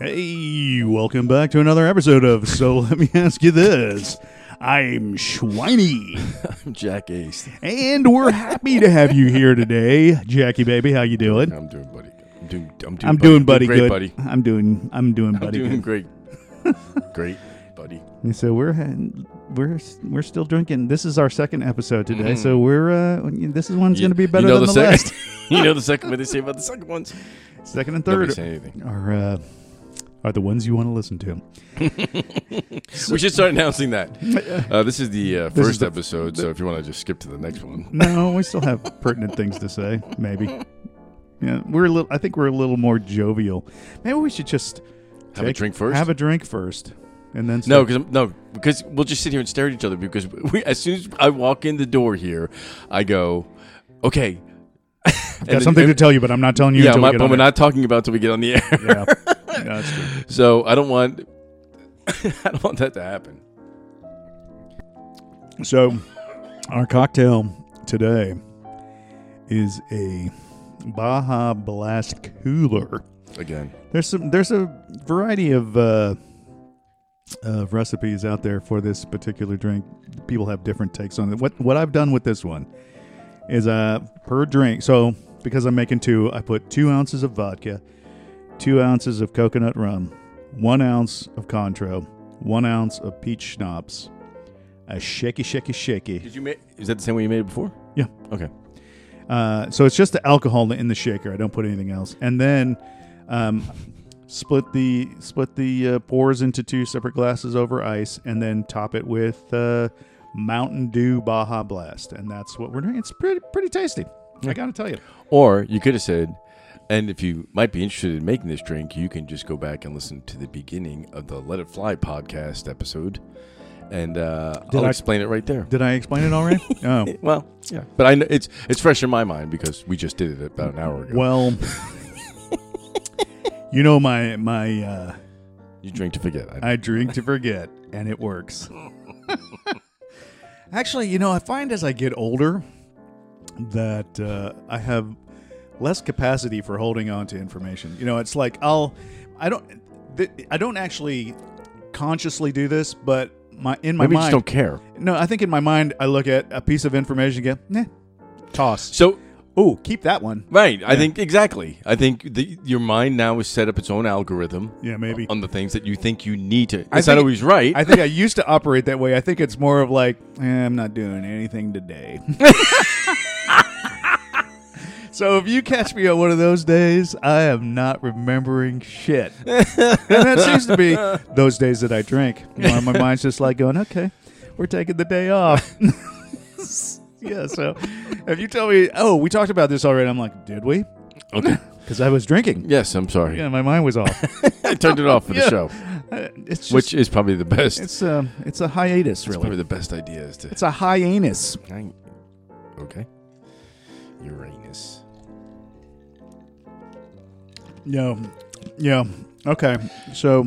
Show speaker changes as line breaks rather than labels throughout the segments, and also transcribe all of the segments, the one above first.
Hey, welcome back to another episode of So Let Me Ask You This. I'm Schweiny,
Jack Ace.
and we're happy to have you here today, Jackie baby. How you doing?
I'm doing buddy. good. I'm doing. I'm doing.
I'm doing buddy
great,
good.
buddy.
I'm doing. I'm doing buddy
doing
good.
great. great, buddy.
And so we're ha- we're we're still drinking. This is our second episode today, so we're uh, this is one's going to be better
Mm-hmm. you know
than the,
the,
last.
second. you know the second. What they say about the second ones?
Second and
Nobody
third
say anything.
are uh, are the ones you want to listen to.
we should start announcing that. Uh, this is the uh,
is
first
the-
episode, so if you want to just skip to the next one.
No, we still have pertinent things to say. Maybe. Yeah, we're a little. I think we're a little more jovial. Maybe we should just
Have a
take-
drink first?
Have a drink first, and then
No,
start-
because no, because we'll just sit here and stare at each other. Because we, as soon as I walk in the door here, I go, okay.
I've got something to tell you, but I'm not telling you.
Yeah,
until
my,
we get
but
on
we're
air.
not talking about till we get on the air.
Yeah. Yeah, that's true.
So I don't want. I don't want that to happen.
So, our cocktail today is a Baja Blast Cooler.
Again.
There's some. There's a variety of uh, of recipes out there for this particular drink. People have different takes on it. What what I've done with this one is uh per drink. So because I'm making two, I put two ounces of vodka, two ounces of coconut rum, one ounce of Contro, one ounce of peach schnapps, a shaky shaky shaky.
Did you make? Is that the same way you made it before?
Yeah.
Okay.
Uh, so it's just the alcohol in the shaker. I don't put anything else. And then um, split the split the uh, pours into two separate glasses over ice, and then top it with uh, Mountain Dew Baja Blast. And that's what we're doing. It's pretty pretty tasty. I gotta tell you.
Or you could have said, and if you might be interested in making this drink, you can just go back and listen to the beginning of the Let It Fly podcast episode, and uh,
Did
I'll
I-
explain it right there.
Did I explain it already? oh.
Well, yeah, but I know it's it's fresh in my mind because we just did it about an hour ago.
Well. You know my my uh,
you drink to forget. I,
I drink to forget, and it works. Actually, you know, I find as I get older that uh, I have less capacity for holding on to information. You know, it's like I'll, I don't, th- I don't actually consciously do this, but my in my
maybe you just
mind,
don't care.
no, I think in my mind I look at a piece of information and go, nah, toss.
So
Oh, keep that one.
right, I think exactly. I think the, your mind now has set up its own algorithm.
Yeah, maybe.
on the things that you think you need to. It's
I
not
think-
always right.
I think I used to operate that way. I think it's more of like, eh, I'm not doing anything today. so if you catch me on one of those days, I am not remembering shit. and that seems to be those days that I drink. You know, my mind's just like going, okay, we're taking the day off. yeah, so if you tell me, oh, we talked about this already, I'm like, did we?
okay.
Because I was drinking.
Yes, I'm sorry.
Yeah, my mind was off.
I turned it off for
Yeah.
the show,
Uh, it's just,
which is probably the best.
it's a it's a hiatus,
It's
really.
probably the best idea is to.
It's a hyenas.
Hang- Okay. Uranus.
Yeah. Yeah. Okay. So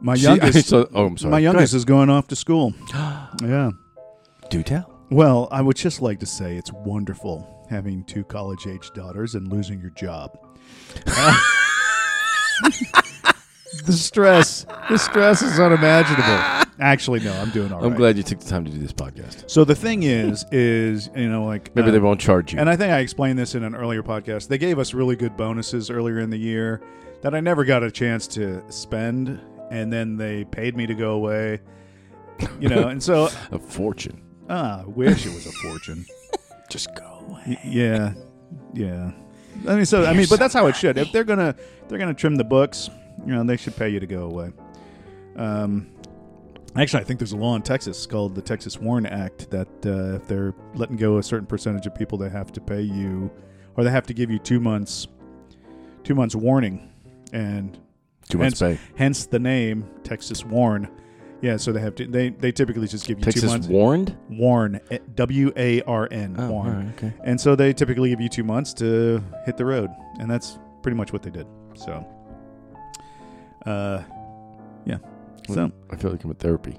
my
See, I
youngest
saw- oh, I'm sorry.
my
Go
youngest is going off to school. yeah.
ahead. Do tell.
Well, I would just like to say it's wonderful having two college age daughters and losing your job. the stress the stress is unimaginable. Actually no, I'm doing all
I'm
right.
glad you took the time to do this podcast.
So the thing is is you know like
Maybe
uh,
they won't charge you.
And I think I explained this in an earlier podcast. They gave us really good bonuses earlier in the year that I never got a chance to spend, and then they paid me to go away. You know, and so
a fortune.
ah, I wish it was a fortune.
Just go
Y- yeah, yeah. I mean, so I mean, but that's how it should. If they're gonna they're gonna trim the books, you know, they should pay you to go away. Um, actually, I think there's a law in Texas called the Texas Warren Act that uh, if they're letting go a certain percentage of people, they have to pay you, or they have to give you two months two months warning, and
Two months
hence,
pay.
hence the name Texas Warn. Yeah, so they have to, they they typically just give you two
Texas
months
warned.
warn eh, W A R N
Oh,
warn.
all right, okay.
And so they typically give you two months to hit the road, and that's pretty much what they did. So, uh, yeah. So,
I feel like I'm in therapy.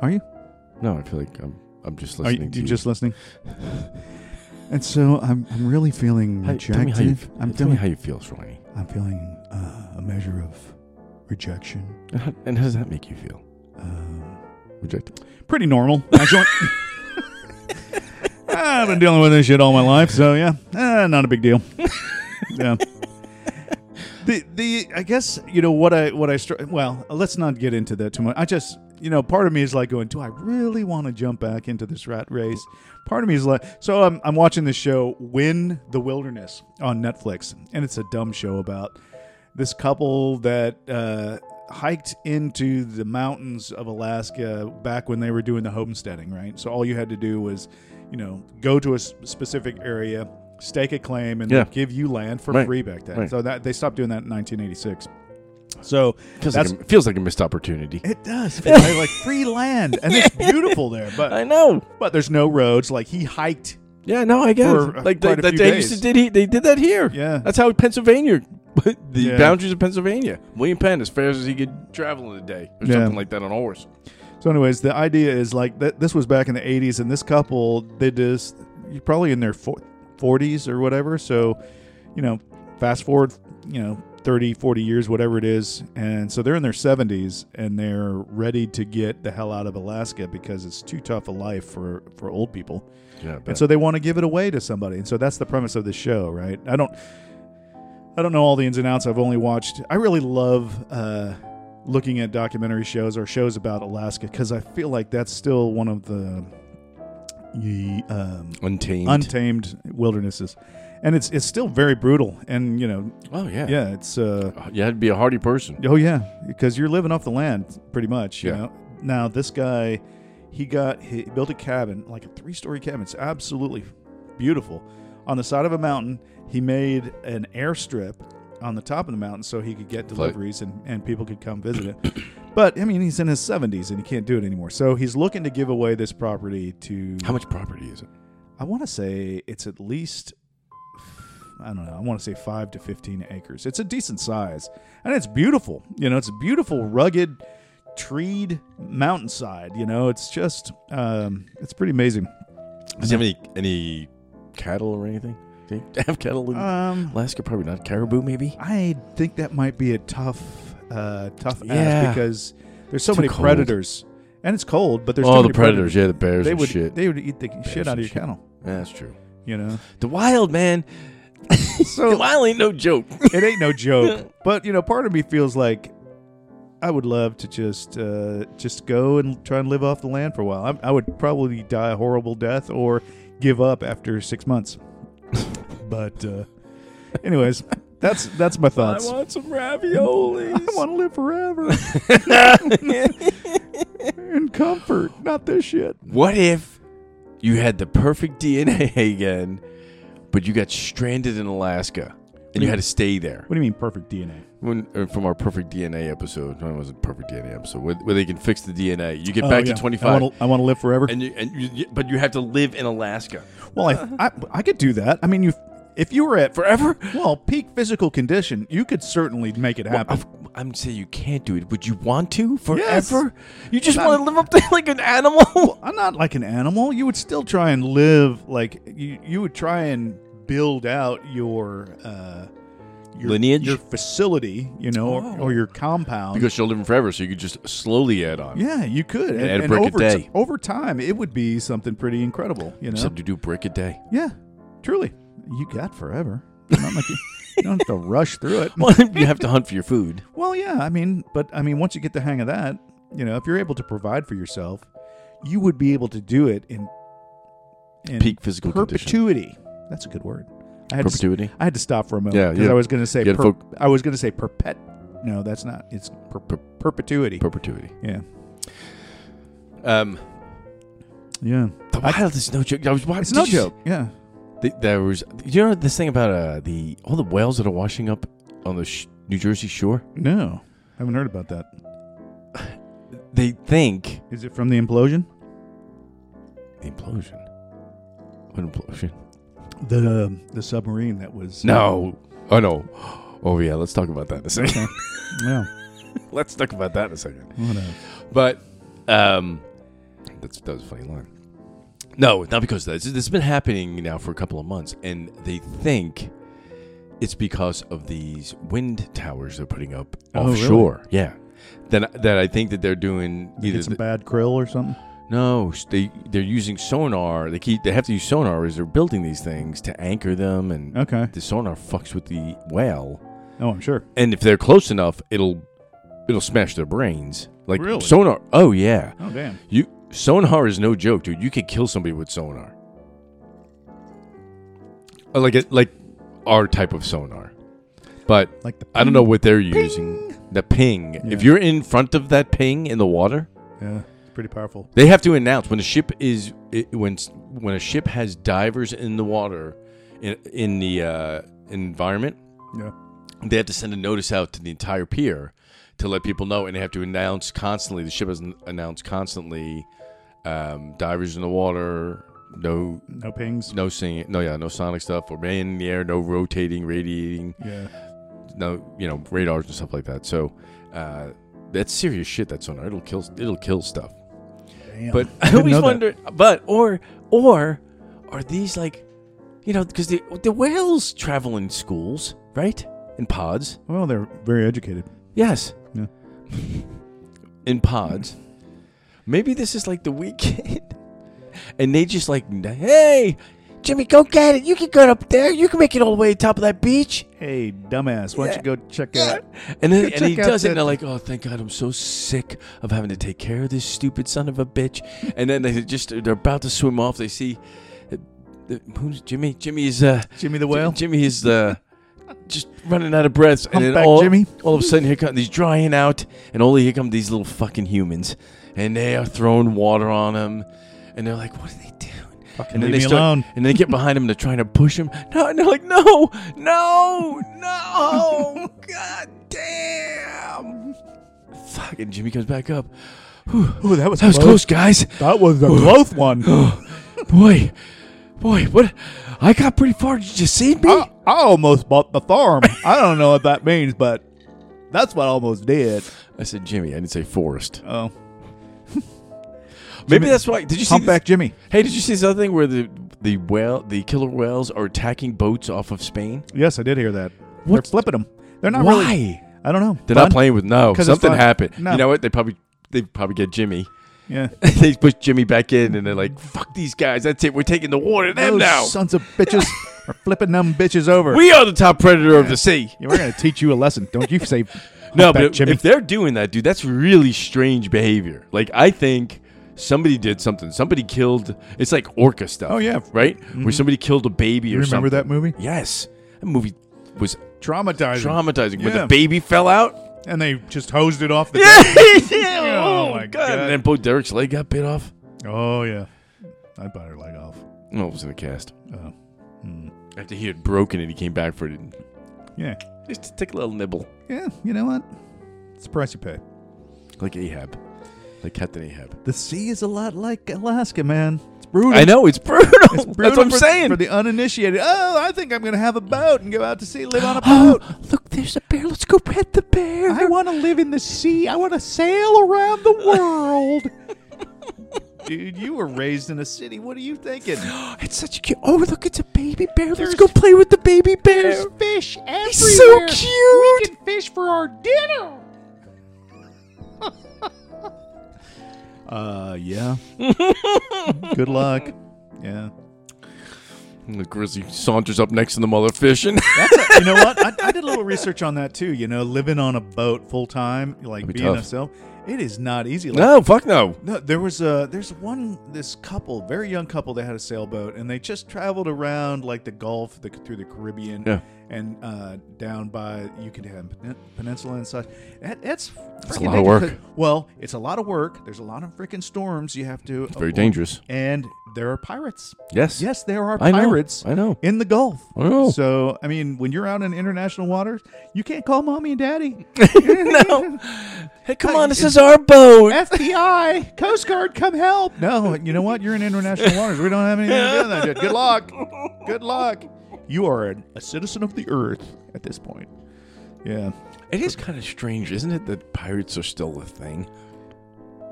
Are you?
No, I feel like I'm. I'm just
are
listening
you,
to
you just listening? And so I'm, I'm really feeling
Hey,
rejected.
tell me how you. f-
I'm
tell
feeling
me how you feel, Shalani.
I'm feeling uh, a measure of rejection.
And how, and how does that make you feel?
Um,
Rejected.
pretty normal, actually. I've been dealing with this shit all my life, so yeah, eh, not a big deal. yeah. The the I guess you know what I what I str- well let's not get into that too much. I just you know part of me is like going, do I really want to jump back into this rat race? Part of me is like, so I'm I'm watching this show, Win the Wilderness on Netflix, and it's a dumb show about this couple that uh, hiked into the mountains of Alaska back when they were doing the homesteading, right? So all you had to do was, you know, go to a s- specific area, stake a claim, and
Yeah.
they'd give you land for
Right.
free back then.
Right.
So that they stopped doing that in 1986. So
Feels
that's
like a, feels like a missed opportunity.
it does right? like free land, and it's beautiful there, but
know.
but there's no roads. Like he hiked.
Yeah, no, I guess.
For, uh,
Like they,
quite a
that
few
they
days.
used to did he, they did that here.
Yeah.
that's how Pennsylvania, the
Yeah.
boundaries of Pennsylvania. William Penn as fast as he could travel in a day or
Yeah.
something like that on a horse.
So, anyways, the idea is like th- this was back in the 80s, and this couple, they just, you're probably in their for- 40s or whatever. So, you know, fast forward, you know, 30, 40 years, whatever it is. And so they're in their 70s and they're ready to get the hell out of Alaska because it's too tough a life for, for old people.
Yeah,
And so they want to give it away to somebody. And so that's the premise of the show, right? I don't I don't know all the ins and outs. I've only watched I really love uh looking at documentary shows or shows about Alaska cuz I feel like that's still one of the the um
untamed.
untamed wildernesses. And it's it's still very brutal and you know,
oh yeah,
yeah, it's uh
You had to be a hardy person.
Oh yeah, because you're living off the land pretty much. You
Yeah.
know? Now this guy, he got he built a cabin like a three story cabin. It's absolutely beautiful on the side of a mountain. He made an airstrip on the top of the mountain so he could get
Flight.
deliveries and, and people could come visit it. but I mean, he's in his 70s and he can't do it anymore. So he's looking to give away this property to
How much property is it?
I want to say it's at least I don't know. I want to say five to fifteen acres. It's a decent size, and it's beautiful. You know, it's a beautiful rugged, treed mountainside. You know, it's just um, it's pretty amazing.
Does he have any any cattle or anything? Do they have cattle in
Um,
Alaska? Probably not. Caribou, maybe.
I think that might be a tough, uh, tough
Yeah.
ask because there's so
Too
many
cold.
predators, and it's cold. But there's too
oh, the
many
predators. Yeah, the bears
They
and
would
shit.
they would eat the shit out of
and
your
shit.
cattle.
Yeah, that's true.
You know,
The wild man. the
so
wild ain't no joke.
it ain't no joke. But you know, part of me feels like I would love to just uh, just go and try and live off the land for a while. I, I would probably die a horrible death or give up after six months. but uh, anyways, that's that's my thoughts.
I want some raviolis.
I want to live forever in comfort, not this shit.
what if you had the perfect DNA again, but you got stranded in Alaska and you had to stay there?
What do you mean perfect DNA?
When, uh, from our perfect DNA episode, no, it wasn't perfect DNA episode, where, where they can fix the DNA. You get
Oh,
back
yeah.
to twenty five,
I want to I wanna live forever.
and you, and you, you- but you have to live in Alaska
well, I, I I could do that. I mean, you if you were at
forever.
well peak physical condition, you could certainly make it happen.
I've- I'm saying you can't do it. Would you want to
Yes.
forever? You just
Not-
want to live up there like an animal.
I'm not like an animal. You would still try and live like you. You would try and build out your, uh, your
Lineage? Oh.
your facility, you know, or, or your compound.
because you'll live forever, so you could just slowly add on.
yeah, you could. And,
add a
and
brick a
over
day.
over time, it would be something pretty incredible. You know,
Except you do brick a day.
yeah, truly, you got forever. It's not like you, you don't have to rush through it.
Well, you have to hunt for your food.
Well, yeah, I mean, but I mean, once you get the hang of that, you know, if you're able to provide for yourself, you would be able to do it in, in
Peak physical condition.
perpetuity. That's a good word. I had To,
Perpetuity.
I had to stop for a moment
Yeah,
because
yeah.
I was going to say
You
per,
gotta foc-
I was going to say perpet. No, that's not. It's per, per- perpetuity.
Perpetuity.
yeah,
Um,
yeah.
the
I-
wild is no joke. I was watching.
It's no joke. Yeah.
Th- there was. You know this thing about uh, the all the whales that are washing up on the sh- New Jersey shore?
No, haven't heard about that.
They think
Is it from the implosion?
the implosion. What implosion?
The the submarine that was
No. Oh no. Oh yeah. Let's talk about that in a second.
Yeah.
let's talk about that in a second.
What a-
But um, that's that was a funny line. No, not because of that. This has been happening now for a couple of months, and they think it's because of these wind towers they're putting up
Oh, really?
offshore. Yeah, that that I think that they're doing
Did you
either
get some
the-
bad krill or something.
no, s- they they're using sonar. They keep they have to use sonar as they're building these things to anchor them, and
Okay.
the sonar fucks with the whale.
Oh, I'm sure.
And if they're close enough, it'll it'll smash their brains. Like
Really?
sonar. Oh yeah.
Oh, damn.
You sonar is no joke, dude. You could kill somebody with sonar. Or like it, like our type of sonar, but
Like the
I don't know what they're using. The ping. If
Yeah.
you're in front of that ping in the water,
Yeah, it's pretty powerful.
they have to announce when a ship is it, when s- when a ship has divers in the water, in in the uh, environment.
Yeah.
They have to send a notice out to the entire pier to let people know, and they have to announce constantly. The ship has n- announced constantly, um, divers in the water, no
No pings.
no singing, no yeah, no sonic stuff, or man in the air, no rotating, radiating,
Yeah.
no you know radars and stuff like that. So uh, that's serious shit. That's on it'll kill it'll kill stuff.
Damn.
But
Didn't
I
know
always
that.
wonder. But or or are these like, you know, because the the whales travel in schools, right? In pods.
Well, they're very educated.
Yes.
Yeah.
in pods. Maybe this is like the weekend, and they just like, hey, Jimmy, go get it. You can go up there. You can make it all the way to top of that beach.
Hey, dumbass, why don't you go check out?
And then and
check
he
out
does
that-
it, and they're like, "Oh, thank God, I'm so sick of having to take care of this stupid son of a bitch." And then they just they're about to swim off. They see uh, uh, who's Jimmy? Jimmy is uh,
Jimmy the whale.
Jimmy is uh, just running out of breath, and then
Humpback
all
Jimmy.
all of a sudden here come he's drying out, and all here come these little fucking humans, and they are throwing water on him, and they're like, "What are they doing?"
Fucking
And
leave
they
me
start-
alone.
and they get behind him. They're trying to push him. No, and they're like, no, no, no, god damn! Fucking Jimmy comes back up.
Ooh, that was
That was close, guys.
That was the close one.
Oh, boy, boy, what? I got pretty far. Did you see me?
I, I almost bought the farm. I don't know what that means, but that's what I almost did.
I said Jimmy. I didn't say Forrest.
Oh,
Maybe that's why. Did you see?
humpback Jimmy.
this- hey, did you see this other thing where the the whale, the killer whales, are attacking boats off of Spain?
Yes, I did hear that. They're
What?
flipping them. They're not
why?
really. I don't know.
They're
Fun?
not playing with no.
'Cause it's
Something
fun.
happened.
No.
You know what? They probably they probably get Jimmy.
Yeah.
they push Jimmy back in, and they're like, "Fuck these guys! That's it. We're taking the water to them
Those
now.
sons of bitches are flipping them bitches over.
we are the top predator of the sea."
Yeah, we're going to teach you a lesson. Don't you say
No,
humpback
but
Jimmy.
if they're doing that, dude, that's really strange behavior. Like, I think somebody did something. Somebody killed. It's like orca stuff.
Oh, yeah.
right? Where somebody killed a baby
you
or
remember that
something.
movie?
Yes, that movie was
Traumatizing.
traumatizing. When
Yeah.
the baby fell out.
and they just hosed it off the
Yeah.
Oh,
oh
my
god.
God.
And then Bo Derek's leg got bit off.
Oh, yeah. I bought her leg off.
No, it was in a cast.
Oh. Hmm.
After he had broken it, he came back for it.
Yeah.
Just to take a little nibble.
Yeah, you know what? It's the price you pay.
Like Ahab. Like Captain Ahab.
The sea is a lot like Alaska, man. It's brutal.
I know, it's brutal.
It's
That's
brutal
what I'm
for,
saying.
For the uninitiated. Oh, I think I'm going to have a boat and go out to sea, live on a boat.
oh, look, there's a bear. Let's go pet the bear.
I want to live in the sea. I want to sail around the world. Dude, you were raised in a city. What are you thinking?
it's such a cute. Oh, look, it's a baby bear.
There's-
Let's go play with the baby bear.
There's fish everywhere.
He's so cute.
can fish for our dinner. uh, yeah. Good luck. Yeah.
And the grizzly saunters up next to the mother fishing.
That's a, you know what? I, I did a little research on that too. You know, living on a boat full time, like
That'd be
being
tough.
a self, It is not easy. Like,
No, fuck no.
No, there was a there's one this couple, very young couple, they had a sailboat and they just traveled around like the Gulf, the through the Caribbean,
Yeah.
and uh, down by Yucatan Pen- Peninsula and such. That, that's
a
freaking
lot
dangerous.
of work.
Well, it's a lot of work. There's a lot of freaking storms you have to. It's
very dangerous.
And there are pirates.
Yes.
Yes, there are
I know,
pirates.
I know.
In the Gulf.
I know.
So I mean, when you're out in international waters, you can't call mommy and daddy.
no. Hey, come on, this is our boat.
FBI, Coast Guard, come help. No, you know what? You're in international waters. We don't have anything to do with that. Good luck. Good luck. You are an, a citizen of the earth at this point. Yeah.
It is kind of strange, isn't it, that pirates are still a thing?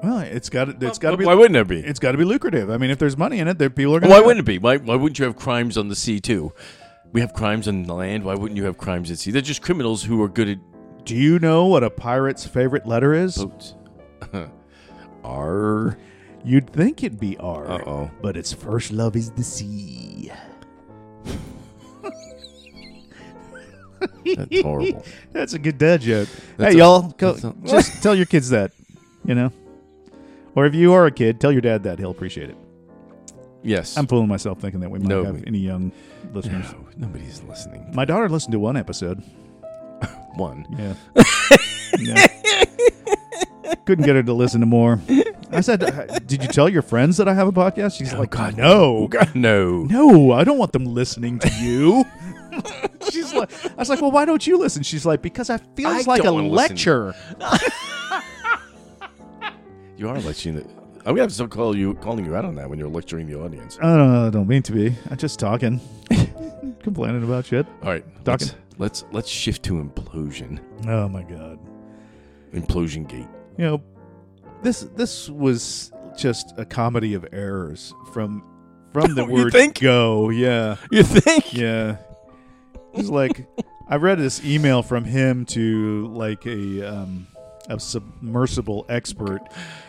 Well, it's got it's got to be
Why wouldn't it be?
it's got to be lucrative. I mean, if there's money in it, there people are going.
Why wouldn't it be? Why, why wouldn't you have crimes on the sea, too? We have crimes on the land. Why wouldn't you have crimes at sea? They're just criminals who are good at
Do you know what a pirate's favorite letter is?
boats. R.
You'd think it'd be R,
Uh-oh.
but its first love is the sea.
That's horrible.
That's a good dad joke.
That's
hey,
a-
y'all, go,
that's a-
just tell your kids that, you know. Or if you are a kid, tell your dad that. He'll appreciate it.
Yes.
I'm fooling myself thinking that we might
No,
have
we-
any young listeners.
no, nobody's listening.
My daughter listened to one episode.
One.
Yeah. Yeah. Couldn't get her to listen to more. I said, "Did you tell your friends that I have a podcast?" She's like,
Oh, God,
no,
God, no.
no, I don't want them listening to you." She's like, "I was like, well, why don't you listen?" She's like, "Because I
I
feels like a
don't wanna listen.
lecture."
You are lecturing. The, I'm gonna have to stop call you calling you out on that when you're lecturing the audience.
I don't, know, I don't mean to be. I'm just talking, complaining about shit.
All right,
Dawkins.
let's, let's let's shift to implosion.
Oh my god.
Implosion gate.
You know, this this was just a comedy of errors from from the
You
word
think?
go. Yeah,
You think?
yeah. It's like I read this email from him to like a um, a submersible expert,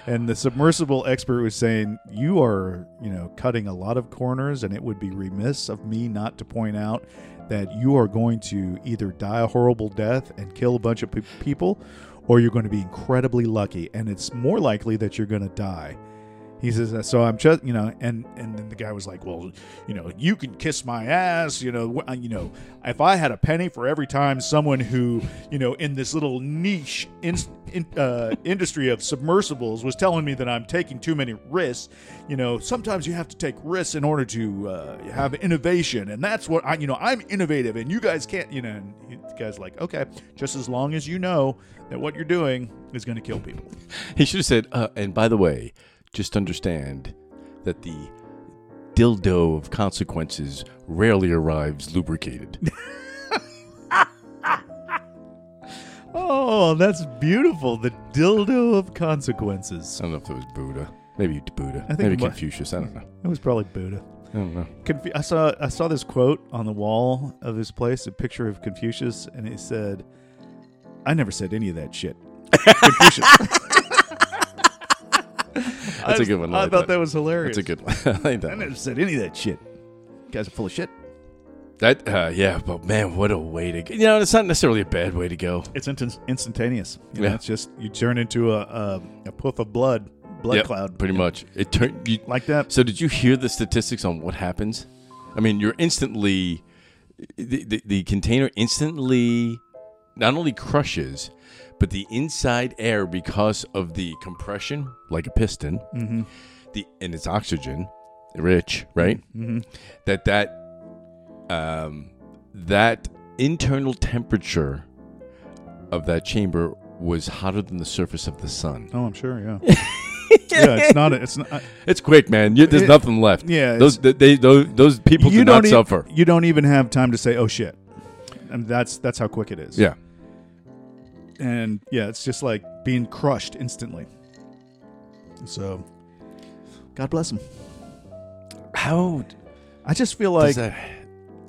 and the submersible expert was saying, "You are you know cutting a lot of corners, and it would be remiss of me not to point out." That you are going to either die a horrible death and kill a bunch of pe- people, or you're going to be incredibly lucky, and it's more likely that you're going to die. He says, uh, "So I'm just, you know," and and then the guy was like, "Well, you know, you can kiss my ass, you know, wh- uh, you know, if I had a penny for every time someone who, you know, in this little niche in, in, uh, industry of submersibles was telling me that I'm taking too many risks, you know, sometimes you have to take risks in order to uh, have innovation, and that's what I, you know, I'm innovative, and you guys can't, you know." And he- the guy's like, "Okay, just as long as you know that what you're doing is going to kill people."
He should have said. Uh, and by the way, just understand that the dildo of consequences rarely arrives lubricated.
Oh, that's beautiful. The dildo of consequences.
I don't know if it was Buddha. Maybe it's Buddha.
I think
Maybe
it wa-
Confucius. I don't know.
It was probably Buddha.
I don't know.
Confu- I saw I saw this quote on the wall of his place, a picture of Confucius, and it said, "I never said any of that shit." Confucius.
That's a good one. I
I,
like
thought
that.
that was hilarious.
That's a good one. I like
I
that. one.
never said any of that shit. You guys are full of shit.
That uh, yeah, but man, what a way to go. You know, it's not necessarily a bad way to go.
It's instant- instantaneous. You know,
Yeah.
It's just you turn into a a, a puff of blood, blood
Yep,
cloud,
Pretty much. It turned you
like that.
So did you hear the statistics on what happens? I mean, you're instantly the, the, the container instantly not only crushes, but the inside air because of the compression, like a piston,
Mm-hmm.
the and it's oxygen rich, right?
Mm-hmm.
That that um, that internal temperature of that chamber was hotter than the surface of the sun.
Oh, I'm sure. Yeah. yeah. It's not. It's not.
It's quick, man. You, there's
It-
nothing left.
yeah, it's-
those th- they, those those people do not
e-
suffer.
You don't even have time to say, "Oh shit," and that's that's how quick it is.
Yeah.
and yeah, it's just like being crushed instantly. So, God bless him.
How
I just feel
like
like,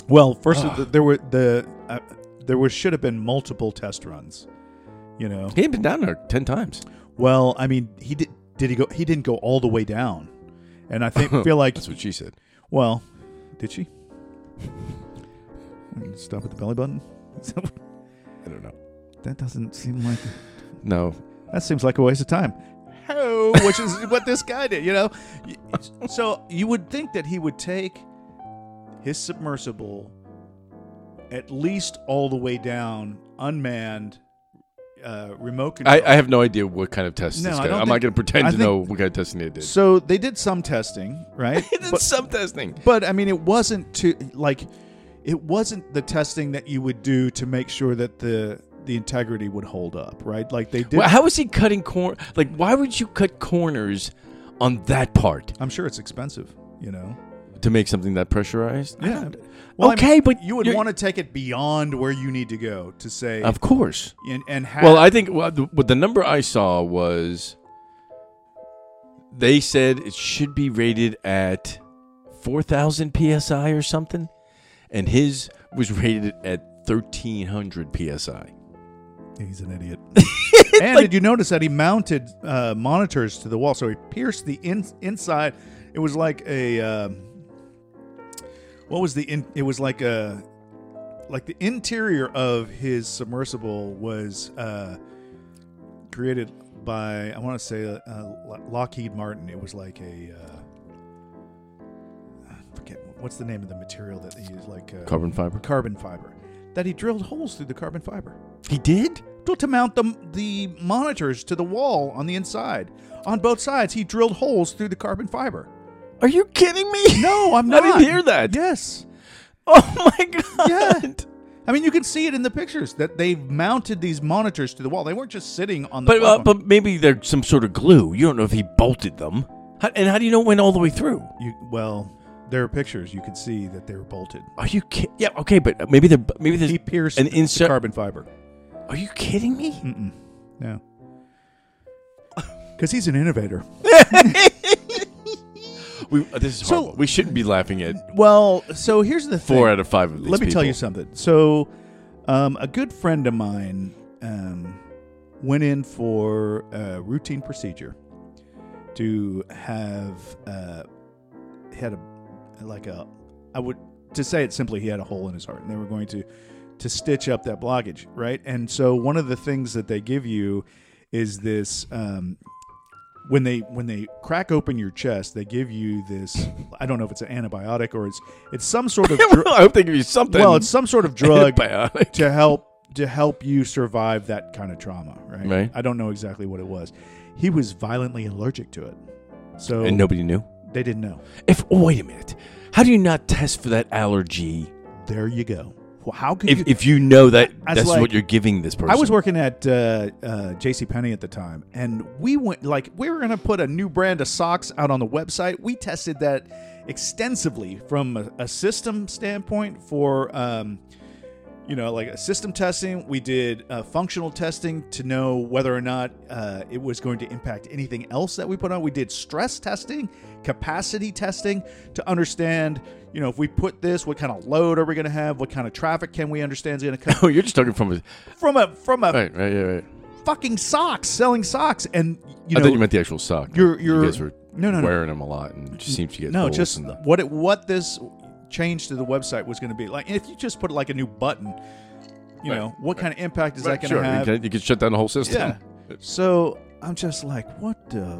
well, first of the, there were the uh, there was should have been multiple test runs. You know,
he had been down there ten times?
well, I mean, he did. Did he go? He didn't go all the way down, and I think feel like
That's what she said.
Well, did she? Stop at the belly button.
I don't know.
That doesn't seem like.
No,
that seems like a waste of time. Ho, which is what this guy did, you know? So you would think that he would take his submersible at least all the way down, unmanned, uh, remote control.
I, I have no idea what kind of test
No,
this
I
guy. I'm
don't
not
think-
going to pretend
I
to
think-
know what kind of testing they did.
so they did some testing, right?
He did
But-
some testing.
But I mean, it wasn't to like, it wasn't the testing that you would do to make sure that the the integrity would hold up, right? Like they did.
Well, how is he cutting corn? Like, why would you cut corners on that part
I'm sure it's expensive, you know.
to make something that pressurized? I
Yeah.
don't-
Well, I
okay,
mean,
but
you would
you're-
want to take it beyond where you need to go to say
Of course.
and and have,
Well, I think well, the, what the number I saw was they said it should be rated at 4,000 psi or something, and his was rated at 1,300 psi.
he's an idiot. and did you notice that he mounted uh, monitors to the wall, so he pierced the in, inside? It was like a um, what was the in, it was like a like the interior of his submersible was uh, created by I want to say uh, uh, Lockheed Martin. It was like a uh, I forget what's the name of the material that they use, like uh,
Carbon fiber.
carbon fiber. That he drilled holes through the carbon fiber
He did?
to, to mount the, the monitors to the wall on the inside. On both sides, he drilled holes through the carbon fiber.
Are you kidding me?
No, I'm
I
not.
didn't hear that.
Yes.
Oh my god.
Yeah. I mean, you can see it in the pictures that they mounted these monitors to the wall. They weren't just sitting on the
But uh,
platform.
but maybe they're some sort of glue. You don't know if he bolted them. How, and how do you know it went all the way through?
you, well, there are pictures. You could see that they were bolted.
Are you kidding? Yeah, okay, but maybe they're maybe there's
He pierced
an
the
insert.
carbon fiber.
Are you kidding me?
Mm-mm. No. Because he's an innovator.
We, uh, this is
So-
horrible. we shouldn't be laughing at
Well, so here's the thing.
four out of five of these.
Let me tell
people.
you something. So, um, a good friend of mine um, went in for a routine procedure to have uh, he had a like a I would to say it simply. He had a hole in his heart, and they were going to to stitch up that blockage, right? And so, one of the things that they give you is this. Um, when they when they crack open your chest, they give you this. I don't know if it's an antibiotic or it's it's some sort of dr-
I hope they give you something.
well, it's uh, some sort of drug
Antibiotic.
to help to help you survive that kind of trauma, right?
Right.
I don't know exactly what it was. He was violently allergic to it, so
and nobody knew.
they didn't know.
If oh, wait a minute, how do you not test for that allergy
There you go. Well, how could
if,
you?
if you know that
I- I was
that's
like-
what you're giving this person?
I was working at uh, uh, J.C. Penney at the time, and we went like we were going to put a new brand of socks out on the website. We tested that extensively from a, a system standpoint for, um, you know, like a system testing. We did uh, functional testing to know whether or not uh, it was going to impact anything else that we put on. We did stress testing, capacity testing to understand, you know, if we put this, what kind of load are we going to have? What kind of traffic can we understand is going to come
Oh, you're just talking from a
from a from a
right, right, yeah, right.
fucking socks, selling socks, and you
I
know,
thought you meant the actual sock.
you're- you're-
you guys were
no, no, no.
wearing them a lot, and it just seems to get
no,
holes
just
in the-
what it what this change to the website was going to be like. If you just put like a new button, you
Right,
know, what kind of impact is
Right,
that
sure,
going to have?
You, can, you can shut down the whole system.
Yeah. So I'm just like, what the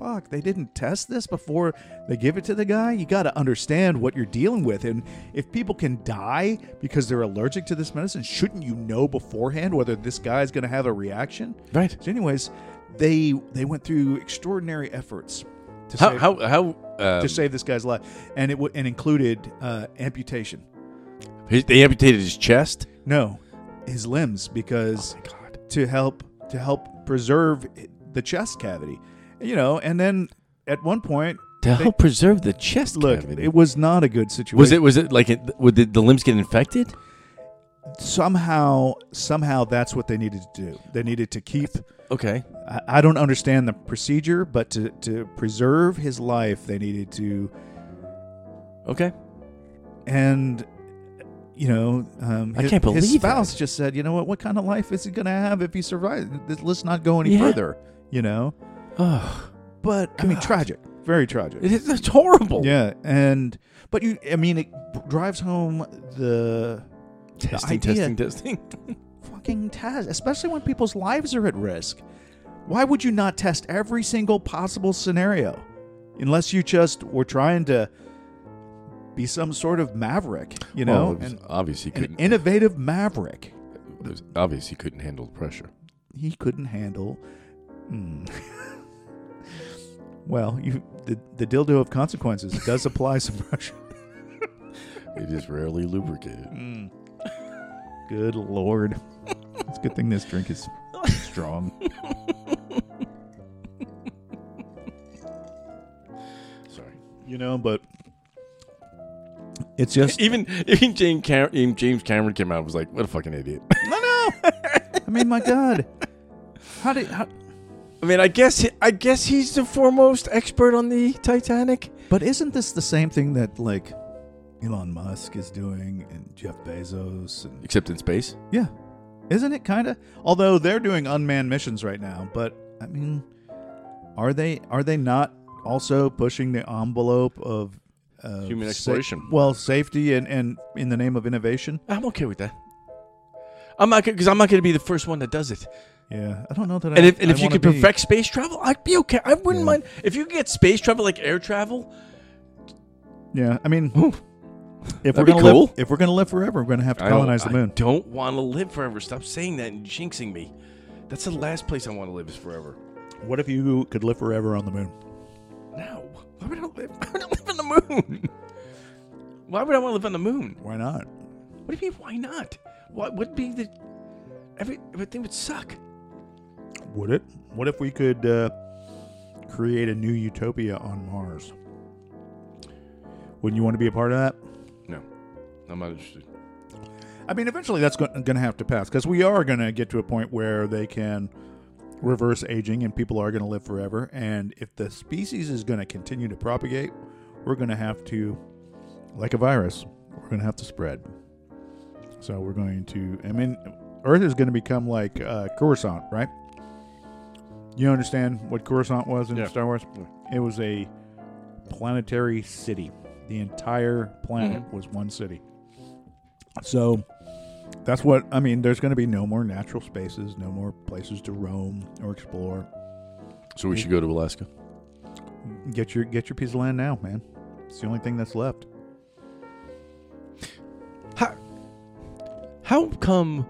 fuck? They didn't test this before they give it to the guy? You got to understand what you're dealing with. And if people can die because they're allergic to this medicine, shouldn't you know beforehand whether this guy's going to have a reaction?
Right.
So, anyways, they they went through extraordinary efforts to
How
save,
how how um,
to save this guy's life, and it w- and included uh, amputation.
his- they amputated his chest?
No, his limbs because
God.
to help to help preserve the chest cavity. You know, and then at one point,
To help preserve the chest
look,
cavity.
it was not a good situation.
was it was it like it, would the, the limbs get infected?
somehow somehow that's what they needed to do? They needed to keep.
Okay.
I, I don't understand the procedure, but to to preserve his life, they needed to
Okay.
and you know, um,
I
his,
can't
his
believe
spouse just said, "You know what? What kind of life is he going to have if he survives? Th- Let's not go any
Yeah.
further." You know,
Oh,
but I mean,
God.
tragic, very tragic.
it is, it's horrible.
Yeah, and but you, I mean, it b- drives home the
Testing,
idea-
testing, testing.
fucking test, especially when people's lives are at risk. Why would you not test every single possible scenario? Unless you just were trying to be some sort of maverick, you know?
Well, Oh, it was
an,
obvious he
an
couldn't.
innovative maverick.
it was obvious he couldn't handle the pressure.
He couldn't handle. Hmm. well, you the, the dildo of consequences does apply some pressure.
It is rarely lubricated.
Good lord. It's a good thing this drink is strong.
Sorry.
You know, but it's just
Even even James Cameron, even James Cameron came out and was like, "What a fucking idiot."
No, no. I mean, my God. How did? How,
I mean, I guess he, I guess he's the foremost expert on the Titanic.
but isn't this the same thing that like Elon Musk is doing and Jeff Bezos and
Except in space.
yeah, isn't it kind of? Although they're doing unmanned missions right now, but I mean, are they are they not also pushing the envelope of uh,
Human exploration.
well, safety and and in the name of innovation.
I'm okay with that. I'm not because I'm not going to be the first one that does it.
Yeah, I don't know that.
And
I,
if, and
I
if you
wanna
could
be-
perfect space travel, I'd be okay. I wouldn't
Yeah.
mind if you could get space travel like air travel.
yeah, I mean,
Ooh.
if we're
That'd be
gonna
cool.
live, if we're gonna live forever, we're gonna have to
I don't-
colonize the
I
moon.
don't want to live forever. Stop saying that and jinxing me. That's the last place I want to live is forever.
What if you could live forever on the moon?
No. Why would I live? Why would I live on the moon? Why would I want to live on the moon?
Why not?
What do you mean? Why not? What would be the every everything would suck?
Would it? What if we could uh, create a new utopia on Mars? Wouldn't you want to be a part of that?
No, I'm not interested.
I mean, eventually that's going to have to pass because we are going to get to a point where they can reverse aging and people are going to live forever. And if the species is going to continue to propagate, we're going to have to, like a virus, we're going to have to spread. So we're going to, I mean, Earth is going to become like uh, Coruscant, right? You understand what Coruscant was in
Yeah.
Star Wars? It was a planetary city. The entire planet was one city. So that's what I mean. There's going to be no more natural spaces, no more places to roam or explore.
So we should go to Alaska.
Get your get your piece of land now, man. It's the only thing that's left.
How, how come?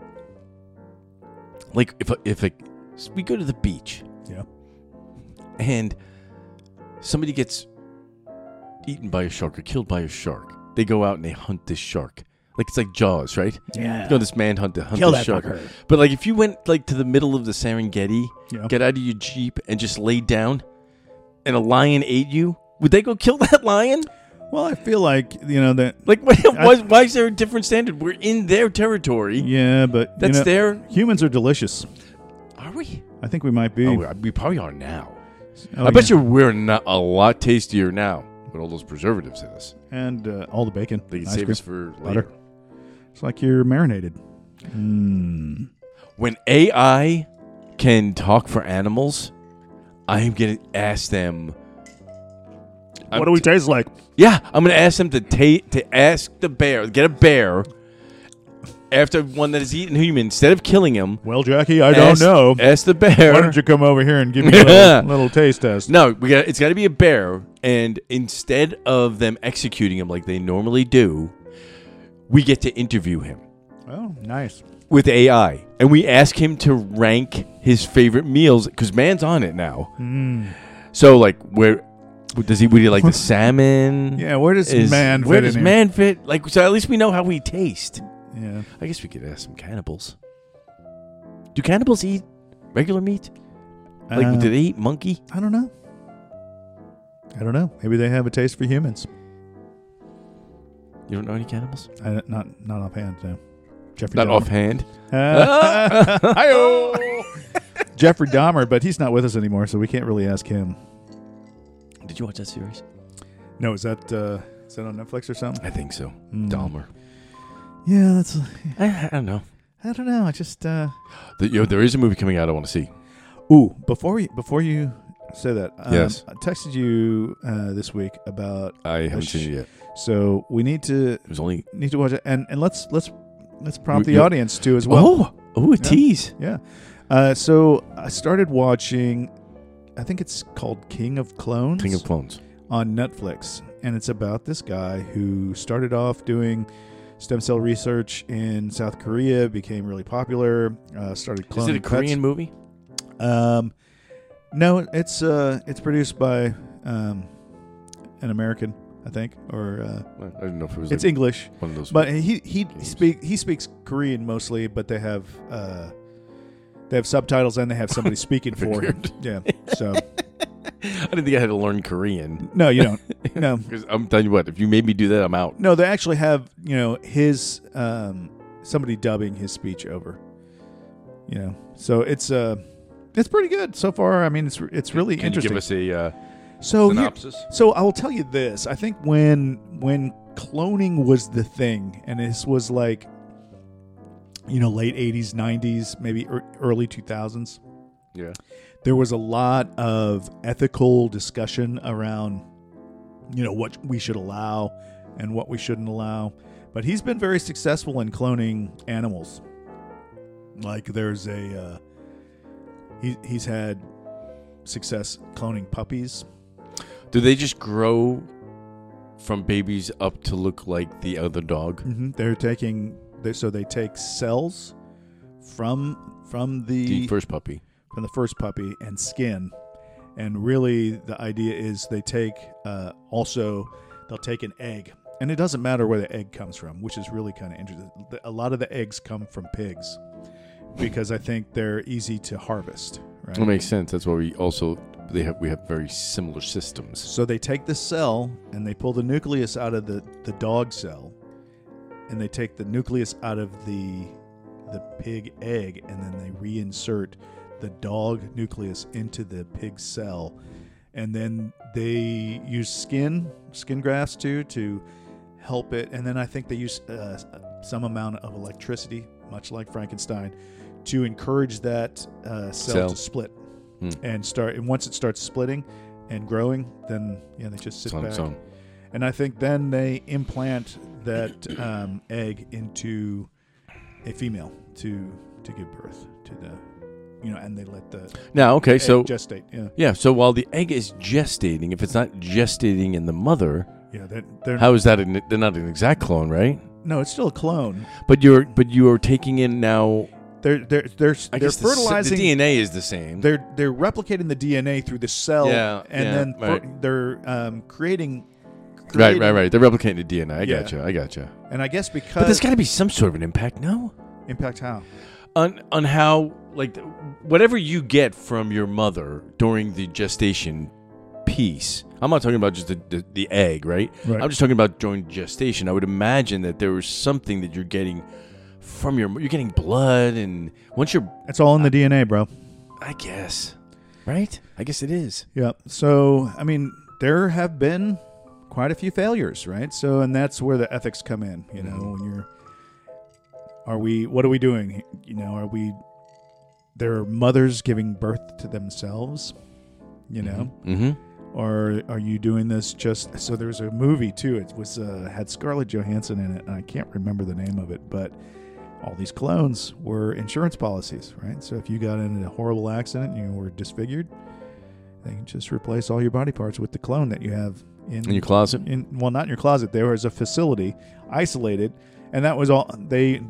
Like if a- if a, s- we go to the beach
Yeah.
and somebody gets eaten by a shark or killed by a shark, they go out and they hunt this shark. Like it's like Jaws, right?
Yeah.
You know this man hunt to hunt
Kill
this
that
shark.
fucker.
But like if you went like to the middle of the Serengeti,
Yeah.
get out of your jeep and just lay down, and a lion ate you, would they go kill that lion?
Well, I feel like you know that.
Like why, why, why is there a different standard? We're in their territory.
Yeah, but
That's
you know,
their.
Humans are delicious.
Are we?
I think we might be.
Oh, we- we probably are now.
Oh,
I bet
yeah.
you we're not a lot tastier now with all those preservatives in us.
And uh, all the bacon.
They can
Ice
save
cream.
us for
Butter.
later.
It's like you're marinated. Mm.
When AI can talk for animals, I am gonna ask them. I'm
What do we taste like?
Yeah, I'm gonna ask them to ta- to ask the bear, get a bear after one that has eaten human, instead of killing him.
Well, Jackie, I don't
ask-
know.
Ask the bear.
Why don't you come over here and give me a little, little taste test?
No, we got. It's got to be a bear, and instead of them executing him like they normally do, we get to interview him
Oh, nice.
with AI, and we ask him to rank his favorite meals because man's on it now.
Hmm.
So, like, where does he? Would he like the salmon?
Yeah, where does
Is-
man
Where
fit
does
in
man fit? Like, so at least we know how we taste.
Here? Yeah.
I guess we could ask some cannibals. Do cannibals eat regular meat? Like,
Uh,
do they eat monkey?
I don't know. I don't know. Maybe they have a taste for humans.
You don't know any cannibals?
I, not not offhand, no. Jeffrey
Not
Dahmer.
offhand.
Uh, Jeffrey Dahmer, but he's not with us anymore, so we can't really ask him.
Did you watch that series?
No, is that uh, is that on Netflix or something?
I think so.
Mm.
Dahmer.
Yeah, that's.
I, I don't know.
I don't know. I just. Uh,
The- yo, there is a movie coming out I want to see.
Ooh, before you before you say that, um,
Yes.
I texted you uh, this week about.
I haven't
sh-
seen it yet.
So we need to
It was only.
need to watch it, and and let's let's let's prompt
You-
the
you-
audience too as well.
oh, oh, a tease.
Yeah. Uh, so I started watching. I think it's called King of Clones
King of Clones.
on Netflix, and it's about this guy who started off doing stem cell research in South Korea, became really popular, uh, started cloning.
Is it a
pets.
Korean movie?
Um, no, it's uh, it's produced by um, an American, I think, or uh,
I don't know if it was
it's
like
English.
one of those.
But he he
Games.
speak he speaks Korean mostly, but they have uh, they have subtitles and they have somebody speaking for him. Yeah. So
I didn't think I had to learn Korean.
no, you don't. No,
'Cause I'm telling you what, if you made me do that, I'm out.
no, they actually have you know his um, somebody dubbing his speech over. You know, so it's uh it's pretty good so far. I mean, it's it's really
Can you
interesting.
give us a uh,
so here-
synopsis?
So I will tell you this. I think when when cloning was the thing, and this was like, you know, late '80s, '90s, maybe ear- early 2000s,
Yeah.
there was a lot of ethical discussion around, you know, what we should allow and what we shouldn't allow. But he's been very successful in cloning animals. Like there's a, uh, he, he's had success cloning puppies.
Do they just grow from babies up to look like the other dog?
hmm They're taking they, so they take cells from from the
The first puppy.
from the first puppy and skin, and really the idea is they take uh, also they'll take an egg, and it doesn't matter where the egg comes from, which is really kind of interesting. The- A lot of the eggs come from pigs because I think they're easy to harvest, right?
That makes sense. That's why we also they have we have very similar systems.
So they take the cell and they pull the nucleus out of the, the dog cell, and they take the nucleus out of the the pig egg, and then they reinsert the dog nucleus into the pig cell, and then they use skin skin grafts too to help it, and then I think they use uh, some amount of electricity, much like Frankenstein, to encourage that uh, cell
Cell.
to split
Hmm.
and start. And once it starts splitting and growing, then yeah, they just sit
It's on
back.
its own.
And I think then they implant that um, egg into a female to to give birth to the, you know, and they let the
Now, okay, so
egg gestate. Yeah,
yeah, so while the egg is gestating, if it's not gestating in the mother,
yeah. They're, they're,
how is that? An, they're not an exact clone, right?
no, it's still a clone.
But you're but you are taking in now.
They're they're they're,
I
they're
guess the s-
fertilizing.
The, DNA is the same.
they're they're replicating the DNA through the cell,
Yeah,
and
yeah,
then fer-
right.
they're um, creating,
right,
creating-
right, right. They're replicating the DNA. I
Yeah.
gotcha. I gotcha.
And I guess
But
because
there's got to be some sort of an impact, no?
impact how
On on how like whatever you get from your mother during the gestation piece. I'm not talking about just the, the, the egg, right?
Right.
I'm just talking about during gestation. I would imagine that there was something that you're getting from your you're getting blood and once you're
it's all in the DNA, bro.
I guess. Right? I guess it is.
Yeah. So, I mean, there have been quite a few failures, right? So, and that's where the ethics come in, you know, when you're are we what are we doing? You know, are we there are mothers giving birth to themselves, you know?
Mm-hmm.
Or are you doing this just so there's a movie too. It was uh, had Scarlett Johansson in it, and I can't remember the name of it, but all these clones were insurance policies, right? So if you got in a horrible accident and you were disfigured, they can just replace all your body parts with the clone that you have in,
In your closet.
in well, not in your closet. There was a facility isolated, and that was all they.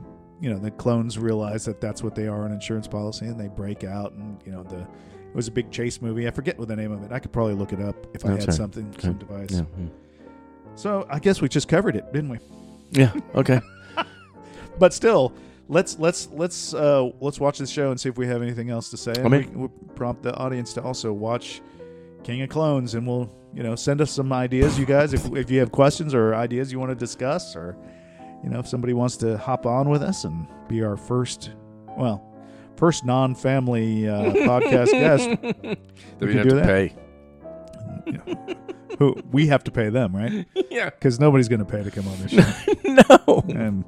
You know, the clones realize that that's what they are an insurance policy, and they break out. And you know, the it was a big chase movie. I forget what the name of it. I could probably look it up if I
That's
had
right.
something, some device.
Yeah.
So I guess we just covered it, didn't we?
Yeah. Okay.
But still, let's let's let's uh, let's watch this show and see if we have anything else to say. And
I'm in.
we, we'll prompt the audience to also watch King of Clones, and we'll you know send us some ideas, you guys, if if you have questions or ideas you want to discuss, or you know if somebody wants to hop on with us and be our first, well, first non-family uh, podcast guest.
Then
We
you
could do
have to
that.
pay.
Who we have to pay them, right?
Yeah.
Because nobody's going to pay to come on this show.
No.
And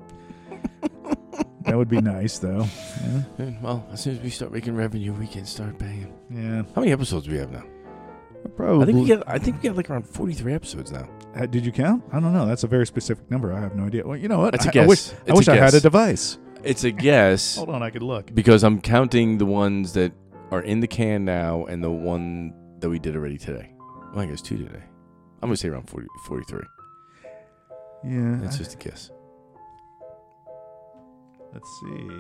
that would be nice, though. Yeah.
And, well, as soon as we start making revenue, we can start paying.
Yeah,
How many episodes do we have now?
probably.
I think we get. I think we got like around forty-three episodes now.
Uh, Did you count? I don't know. That's a very specific number. I have no idea. Well, you know what?
That's a
I- I wish,
guess.
I,
It's a
wish I had a
guess.
device.
It's a guess
Hold on, I could look.
because I'm counting the ones that are in the can now and the one that we did already today. Well, I guess two today. I'm gonna say around 40, 43.
Yeah.
That's just a guess.
Let's see.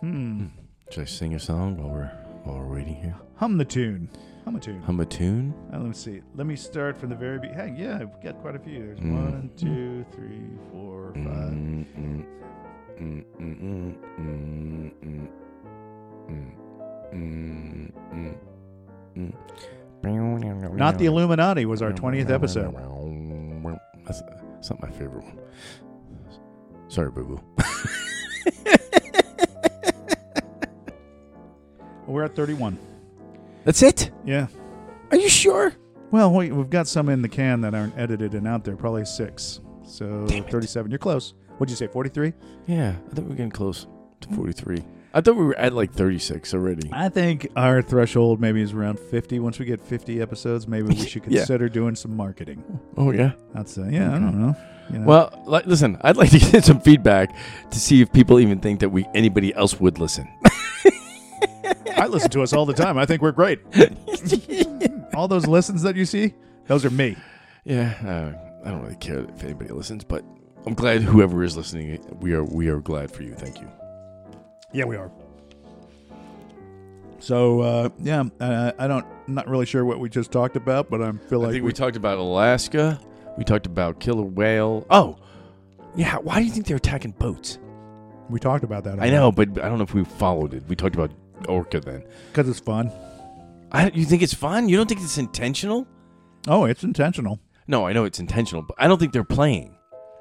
Hmm.
Should I sing a song while we're while we're waiting here?
Hum the tune. Hum a tune.
Hum a tune.
Uh, let me see. Let me start from the very beginning. Hey, yeah, I've got quite a few. There's
Mm.
one, two, three, four, five.
Mm, mm, mm, mm, mm, mm, mm, mm, mm, mm, mm.
Not the Illuminati was our 20th episode.
That's, that's not my favorite one. Sorry, boo boo.
We're at 31.
That's it?
Yeah.
Are you sure?
Well, we, we've got some in the can that aren't edited and out there, probably six. So
Damn it.
37. You're close. What'd you say, 43?
Yeah, I thought we were getting close to 43. I thought we were at like 36 already.
I think our threshold maybe is around 50. Once we get 50 episodes, maybe we should
Yeah.
consider doing some marketing.
Oh, yeah.
That's uh, yeah, I don't know. You know.
Well, li- listen, I'd like to get some feedback to see if people even think that we anybody else would listen.
I listen to us all the time. I think we're great. all those listens that you see, those are me.
Yeah, uh, I don't really care if anybody listens, but I'm glad whoever is listening. We are we are glad for you. Thank you.
Yeah, we are. So uh, yeah, uh, I don't. I'm not really sure what we just talked about, but I feel
I
like
think
we-
we talked about Alaska. We talked about killer whale. Oh, yeah. Why do you think they're attacking boats?
we talked about that.
I know, but I don't know if we followed it. We talked about orca then.
because it's fun.
I, you think it's fun? You don't think it's intentional?
Oh, it's intentional.
No, I know it's intentional, but I don't think they're playing.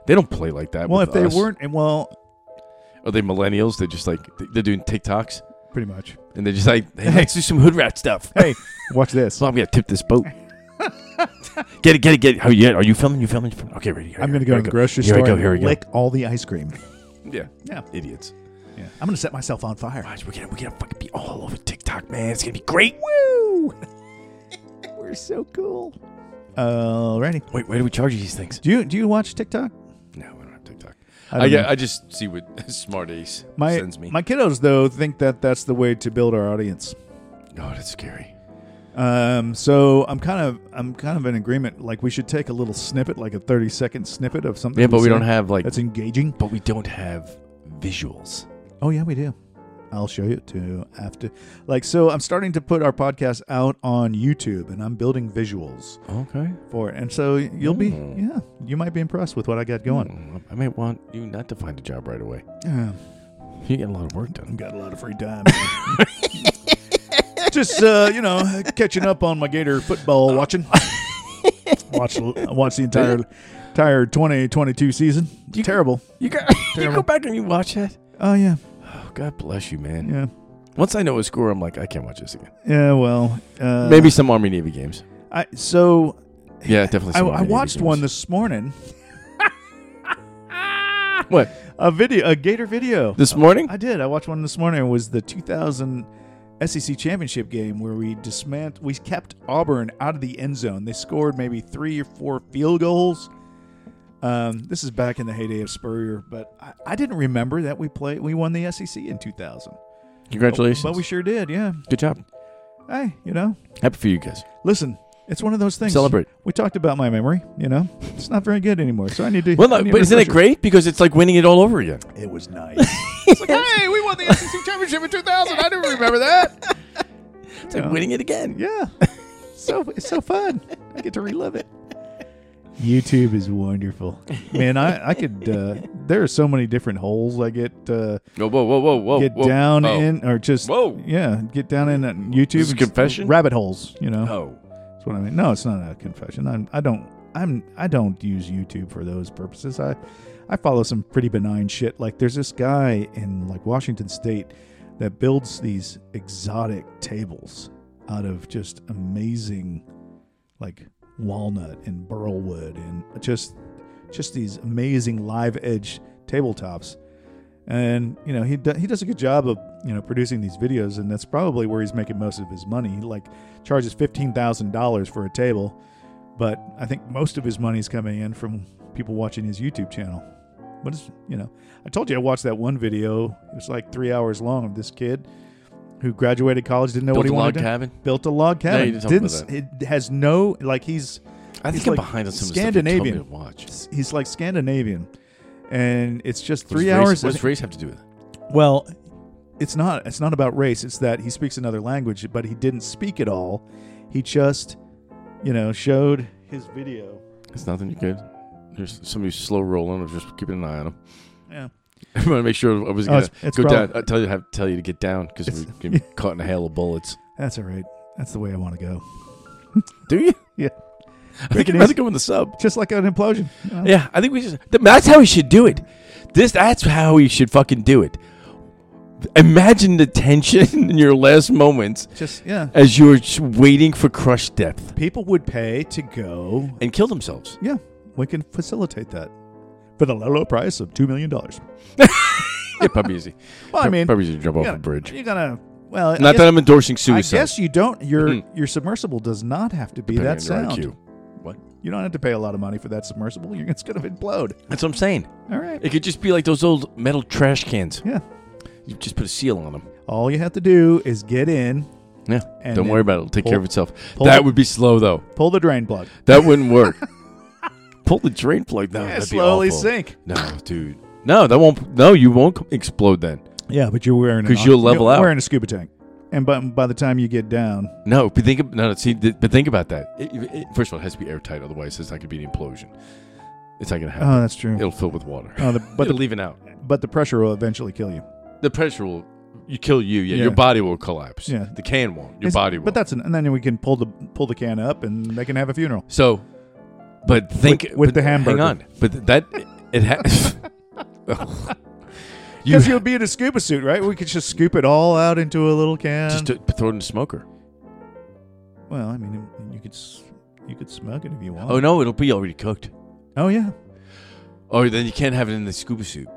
They don't play like that.
Well,
with
if they
us.
weren't, and well,
are they millennials? They're just like they're doing TikToks,
pretty much.
and they're just like, hey, let's do some hood rat stuff.
Hey, watch this.
So I'm gonna tip this boat. get it, get it, get it. Are you, are you filming? You filming? You filming? Okay, ready. Here,
I'm
here,
gonna go
here
to the grocery
here
store.
I go.
and
Here we go.
lick all the ice cream.
Yeah,
Yeah,
idiots.
yeah. I'm gonna set myself on fire.
Watch, we're gonna we're gonna fucking be all over TikTok, man. It's gonna be great.
Woo! We're so cool. Alrighty.
Wait, where do we charge these things?
Do you do you watch TikTok?
No, I don't have TikTok.
I don't
I, get-
know.
I just see what Smart Ace
My
sends me.
my kiddos though think that that's the way to build our audience.
oh, that's scary.
Um, so I'm kind of I'm kind of in agreement. Like we should take a little snippet, like a 30 second snippet of something.
Yeah, but we
say
don't have like.
that's engaging.
but we don't have visuals.
Oh yeah, we do. I'll show you to after. Like so, I'm starting to put our podcast out on YouTube, and I'm building visuals
Okay.
for it. And so you'll be
Mm.
yeah, you might be impressed with what I got going.
Hmm, I might want you not to find a job right away.
Yeah.
You get a lot of work done.
I've got a lot of free time. Just uh, you know, catching up on my Gator
Uh,
football watching. watch watch the entire entire 2022 season.
You-
Terrible.
You got. you go
Terrible.
back and you watch that.
Oh yeah,
Oh, God bless you, man.
yeah,
Once I know a score, I'm like, I can't watch this again.
yeah. Well, uh,
Maybe some Army Navy games.
I so
Yeah, definitely.
I,
Some Army
I
Navy
watched
games.
one this morning.
What
A video, a Gator video.
this morning?
I did. I watched one this morning. It was the 2000 SEC E championship game where we dismant we kept Auburn out of the end zone. They scored maybe three or four field goals. Um, this is back in the heyday of Spurrier, but I, I didn't remember that we played. We won the SEC in 2000.
Congratulations.
But we sure did. Yeah.
Good job.
Hey, you know,
Happy for you guys.
listen. It's one of those things.
Celebrate.
We talked about my memory. You know, it's not very good anymore. So I need to.
Well,
I
no,
need a
but isn't it
refresher.
great because it's like winning it all over again?
It was nice. It's like, hey, we won the SEC championship in 2000. I didn't remember that.
It's
Yeah.
like winning it again.
Yeah. So it's so fun. I get to relive it. YouTube is wonderful, man. I I could. Uh, there are so many different holes I get uh,
Whoa, whoa, whoa, whoa, whoa.
get
whoa.
down
oh.
in, or just
Whoa.
yeah, get down in on YouTube.
This is
and just
confession?
Rabbit holes, you know.
Oh,
That's what I mean. No, it's not a confession. I'm, I don't. I'm. I don't use YouTube for those purposes. I, I follow some pretty benign shit. Like there's this guy in like Washington State that builds these exotic tables out of just amazing, like walnut and burl wood and just, just these amazing live edge tabletops. And you know he do, he does a good job of you know producing these videos, and that's probably where he's making most of his money. He, Like charges fifteen thousand dollars for a table, but I think most of his money's coming in from people watching his YouTube channel. But it's, you know, I told you I watched that one video. It was like three hours long of this kid who graduated college, didn't know
Built
what he
a
wanted
log
to do.
cabin.
Built a log
Yeah,
cabin.
you did talk
Didn't
about
s- it has no like he's
I think
He's
I'm
like
behind on some
Scandinavian.
Of the stuff you told me to watch.
he's like Scandinavian, and it's just three
What does
hours.
Race, what does race have to do with it?
Well, it's not. It's not about race. It's that he speaks another language, but he didn't speak it all. He just, you know, showed his video.
It's nothing. You're good. There's somebody slow rolling. I'm just keeping an eye on them.
Yeah.
I want to make sure I was
Oh,
gonna
it's- it's
go
probably-
down. I tell you, have, tell you to get down because we're gonna be caught in a hail of bullets.
That's all right. That's the way I want to go.
Do you?
Yeah.
I think
Reckon
I'd
he's-
rather go in the sub.
Just like an implosion. Uh, you know?
Yeah, I think we just. th- That's how we should do it. This. That's how we should fucking do it. Imagine the tension in your last moments
Just yeah.
as you're just waiting for crush depth
People would pay to go.
and kill themselves.
Yeah, we can facilitate that for the low, low price of two million dollars.
Yeah, probably easy.
Well, I mean,
probably easy to jump
you
off
gotta-
a bridge.
You're gonna. Well, I
Not
guess,
that I'm endorsing
I
suicide.
guess you don't. Your
Mhm.
your submersible does not have to be
depending
that
on your
sound.
IQ. What?
You don't have to pay a lot of money for that submersible. You're, it's going to implode.
That's what I'm saying.
All right.
It could just be like those old metal trash cans.
Yeah.
You just put a seal on them.
All you have to do is get in,
Yeah.
And
Don't
then
worry about it. It'll take care
pull-
of itself.
pull
that
the-
would be slow though.
pull the drain plug.
That wouldn't work. pull the drain plug down.
yeah,
Oh, That'd
slowly
be awful.
sink.
No, dude. No, that won't. No, you won't c- explode then.
Yeah, but you're wearing
'Cause you'll level
you're
out.
Wearing a scuba tank, and by, by the time you get down, oh,
No, but think. ab- No, see, th- but think about that. It- it- it- first of all, it has to be airtight. Otherwise, it's not going to be an implosion. It's not going to happen.
oh, that's true.
It'll fill with water.
Oh, the,
But
but
it'll
the,
leaving out.
but the pressure will eventually kill you.
The pressure will. You kill you. Yeah,
Yeah.
Your body will collapse.
Yeah.
The can won't. Your
It's-
body will.
But that's an, and then we can pull the pull the can up, and they can have a funeral.
So, but think
with
but
the hamburger.
Hang on, but that it has. you
Because you'll be in a scuba suit, right? We could just scoop it all out into a little can.
just to throw it in the smoker.
well, I mean, you could s- you could smoke it if you want.
Oh no, it'll be already cooked.
Oh yeah.
Oh, then you can't have it in the scuba suit.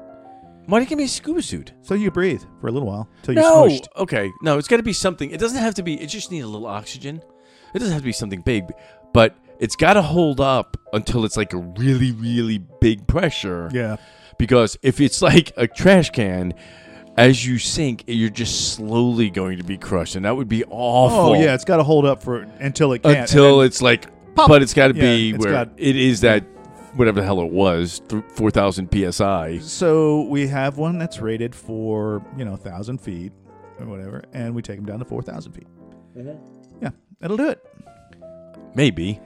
Why do you give me a scuba suit?
So you breathe for a little while till you're
No.
smushed.
Okay. No, it's got to be something. It doesn't have to be. It just needs a little oxygen. It doesn't have to be something big, but it's got to hold up until it's like a really, really big pressure.
Yeah.
because if it's like a trash can as you sink you're just slowly going to be crushed and that would be
Oh
awful
yeah, it's got to hold up for until it can't.
until
and
it's like but it's got to be
Yeah, it's
where
got-
it is that whatever the hell it was th- 4000 psi
then- so we have one that's rated for you know thousand feet or whatever, and we take them down to four thousand feet. Yeah, that'll do it.
maybe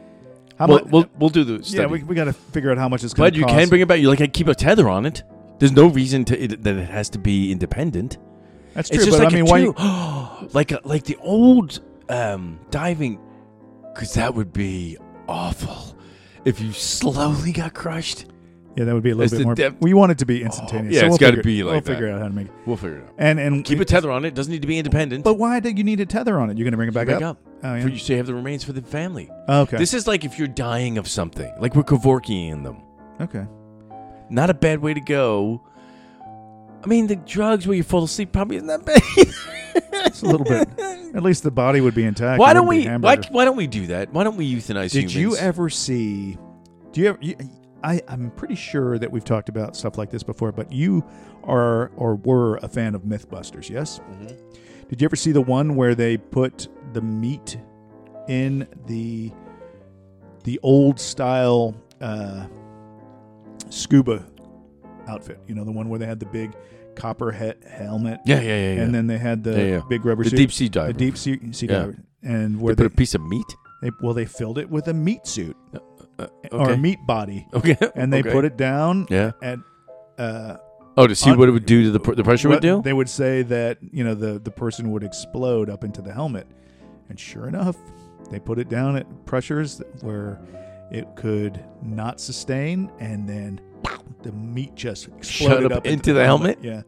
How
we'll,
mu-
we'll, we'll do the study.
yeah, we, we got to figure out how much it's going
but
to
you
cost.
can bring it back you like i keep a tether on it there's no reason to it, that it has to be independent
That's true,
It's just
but
like
I mean,
a
why? You,
tube- like a, like the old um, diving, because that would be awful if you slowly got crushed.
yeah, that would be a
It's
little bit
the
more.
depth-
we want it to be instantaneous.
yeah,
so
it's
we'll
gotta
figure-
be like
We'll
that.
figure out how to make it.
We'll figure it out.
And and
Keep
we-
a tether on it. Doesn't need to be independent.
But why do you need a tether on it? You're going to bring it back, up.
Back up.
Oh yeah.
for you to have the remains for the family.
Oh, okay.
This is like if you're dying of something, like we're Kevorkian them.
okay.
Not a bad way to go. I mean, the drugs where you fall asleep probably isn't that bad.
It's a little bit. At least the body would be intact.
why
It
don't
wouldn't
we?
be
Why,
hamburger.
why don't we do that? Why don't we euthanize
Did
humans?
you ever see? Do you ever? You, I, I'm pretty sure that we've talked about stuff like this before, but you are or were a fan of MythBusters, yes?
Mm-hmm.
Did you ever see the one where they put the meat in the the old style uh, scuba outfit? You know, the one where they had the big copper he- helmet,
Yeah, yeah, yeah. yeah.
and then they had the
Yeah, yeah.
big rubber
the
suit,
deep sea diver.
the deep sea, sea
Yeah.
diver, and
They
where
put
they,
a piece of meat.
they well they filled it with a meat suit
Uh,
or
okay.
a meat body,
Okay.
and they
Okay.
put it down
Yeah.
at. Uh,
Oh, to see
on-
what it would do to the pr- the pressure
what
would do.
They would say that you know the the person would explode up into the helmet, and sure enough, they put it down at pressures where it could not sustain, and then the meat just exploded
up into the
Yeah,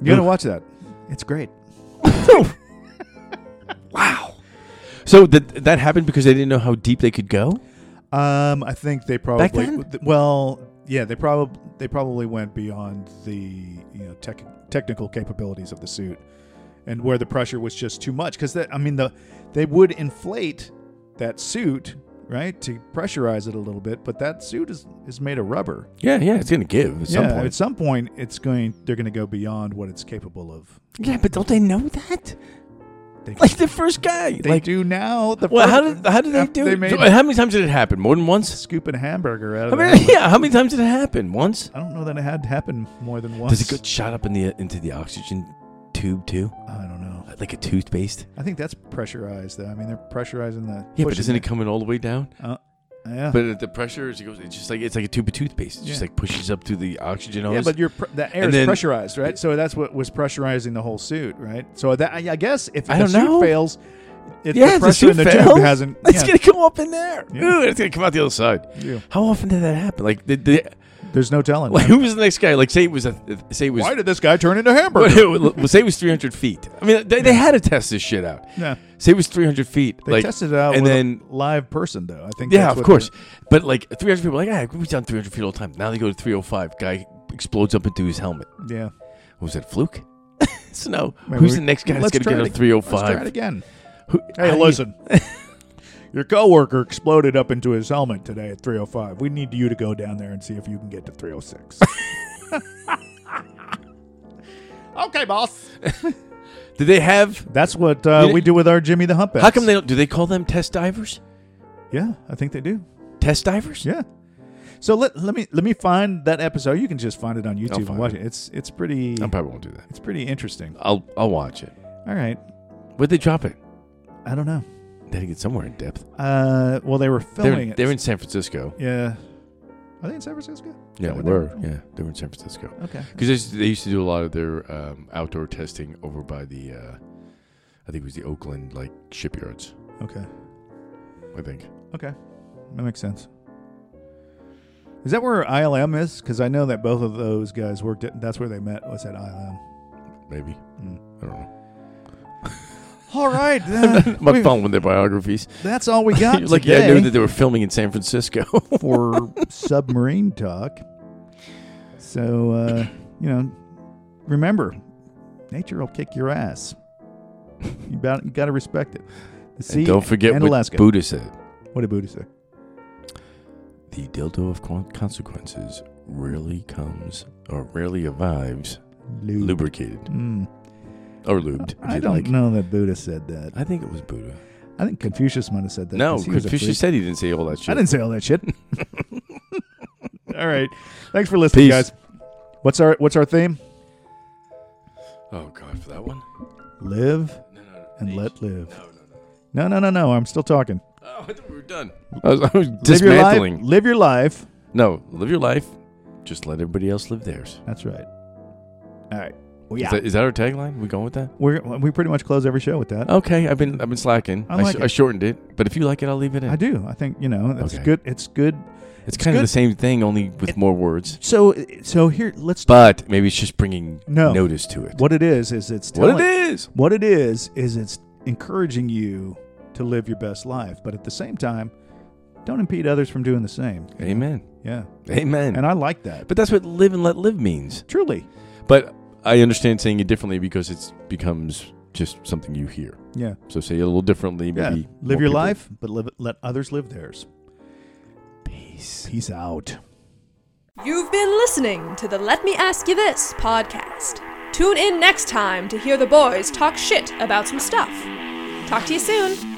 you gotta watch that. It's great.
wow. So that that happened because they didn't know how deep they could go.
Um, I think they probably
then?
well, yeah, they probably they probably went beyond the you know tech, technical capabilities of the suit, and where the pressure was just too much because I mean the they would inflate that suit right, to pressurize it a little bit. But that suit is, is made of rubber.
Yeah, yeah, it's gonna give at some
yeah,
point.
at some point, it's going. They're going to go beyond what it's capable of.
yeah, but don't they know that?
They,
Like the first guy.
they
like,
do now. The
well, how
first-
did how did they
after
do?
They
it?
made
how many times did it happen? More than once?
scooping a hamburger out
I
of.
mean,
it.
yeah, how many times did it happen? Once?
I don't know that it had happened more than once.
Does it get shot up in the into the oxygen tube too, Uh,
I don't know.
like a toothpaste?
I think that's pressurized though. I mean, they're pressurizing the.
Yeah, but
pushing
isn't it coming all the way down?
Uh, yeah.
But at the pressure, as it goes, it's just like it's like a tube of toothpaste. It just
Yeah.
like pushes up through the oxygen hose.
yeah, but your pr- the air
And
is
then-
pressurized, right? So that's what was pressurizing the whole suit, right? So that I I guess if
I
the
don't
suit
know.
fails, it,
yeah,
the pressure
suit
in the
fails.
tube hasn't.
It's
yeah,
gonna come up in there.
Yeah.
Dude, it's gonna come out the other side.
yeah.
How often did that happen? Like, did, did,
There's no telling.
like who was the next guy? Like, say it was a say it was
Why did this guy turn into hamburger?
well, say it was 300 feet. I mean, they, they had to test this shit out.
Yeah.
Say it was 300 feet.
They
like,
tested it out
and
with
then
a live person, though. I think.
yeah,
that's
of
what
course. But like 300 people, like, ah, we've done 300 feet all the time. Now they go to 305. Guy explodes up into his helmet.
the- Yeah.
Was that a fluke? so no.
Man,
Who's
we-
the next guy that's
let's
going to
try
get
it
a
ag- Let's try it
305?
again.
Who-
Hey,
how do you-
listen. Your coworker exploded up into his helmet today at 305. We need you to go down there and see if you can get to 306. okay, boss.
Do they have?
That's what uh,
Did it-
we do with our Jimmy the Humpback.
How come they don't? Do they call them test divers?
Yeah, I think they do.
Test divers?
Yeah. So let let me let me find that episode. You can just find it on YouTube and
find
watch
it.
it. It's it's pretty
I probably won't do that.
it's pretty interesting.
I'll I'll watch it.
All right.
Where'd they drop it?
I don't know.
They had to get somewhere in depth.
Uh, well, they were
They're,
filming it.
they're in San Francisco.
yeah. Are they in San Francisco?
Yeah,
Yeah,
they
they-
were. Yeah, they were in San Francisco.
Okay.
Because they used to do a lot of their um, outdoor testing over by the, uh, I think it was the Oakland like shipyards.
Okay.
I think.
Okay. That makes sense. Is that where ILM is? Because I know that both of those guys worked at, that's where they met, was at ILM.
Maybe.
Mm.
I don't know.
All right. then.
I'm not
We've-
following their biographies.
that's all we got
like, yeah, I
today
knew that they were filming in San Francisco.
for submarine talk. So, uh, you know, remember, nature will kick your ass. You, bout- you got to respect it. The sea
and don't forget
and
what
Alaska.
Buddha said.
what did Buddha say?
The dildo of con- consequences rarely comes or rarely arrives
Lube.
lubricated
Mm.
or lubed. if
I
you'd
don't
like.
know that Buddha said that.
I think it was Buddha.
I think Confucius might have said that.
no,
'cause he was a freak.
Confucius said he didn't say all that shit.
I didn't say all that shit. all right. Thanks for listening,
Peace.
guys. What's our what's our theme?
Oh God, for that one.
Live
No, no, no.
and let live.
No, no, no.
No, no, no, no. I'm still talking.
Oh, I thought we were done. I was, I
Live your
was
life-
dismantling.
Live your life.
No, live your life. Just let everybody else live theirs.
That's right. All right. Well,
Is,
Oh, yeah.
that, is that our tagline? We going with that?
We're, we pretty much close every show with that.
Okay, I've been I've been slacking.
I
I,
like
sh-
it.
I shortened it, but if you like it, I'll leave it in.
I do. I think you know it's
Okay.
good. It's good.
it's kind of
good.
the same thing, only with
It-
more words.
So so here let's.
But maybe it's just bringing
No.
notice to it.
What it is is it's
What
telling,
it is?
What it is is it's encouraging you to live your best life, but at the same time, don't impede others from doing the same.
Amen.
Yeah,
Amen.
and I like that.
but that's what live and let live means.
Truly,
But I understand saying it differently because it becomes just something you hear.
yeah,
So say it a little differently.
yeah.
Maybe more
Live your
people-
life, but live, let others live theirs.
Peace.
Peace out.
You've been listening to the Let Me Ask You This podcast. Tune in next time to hear the boys talk shit about some stuff. Talk to you soon.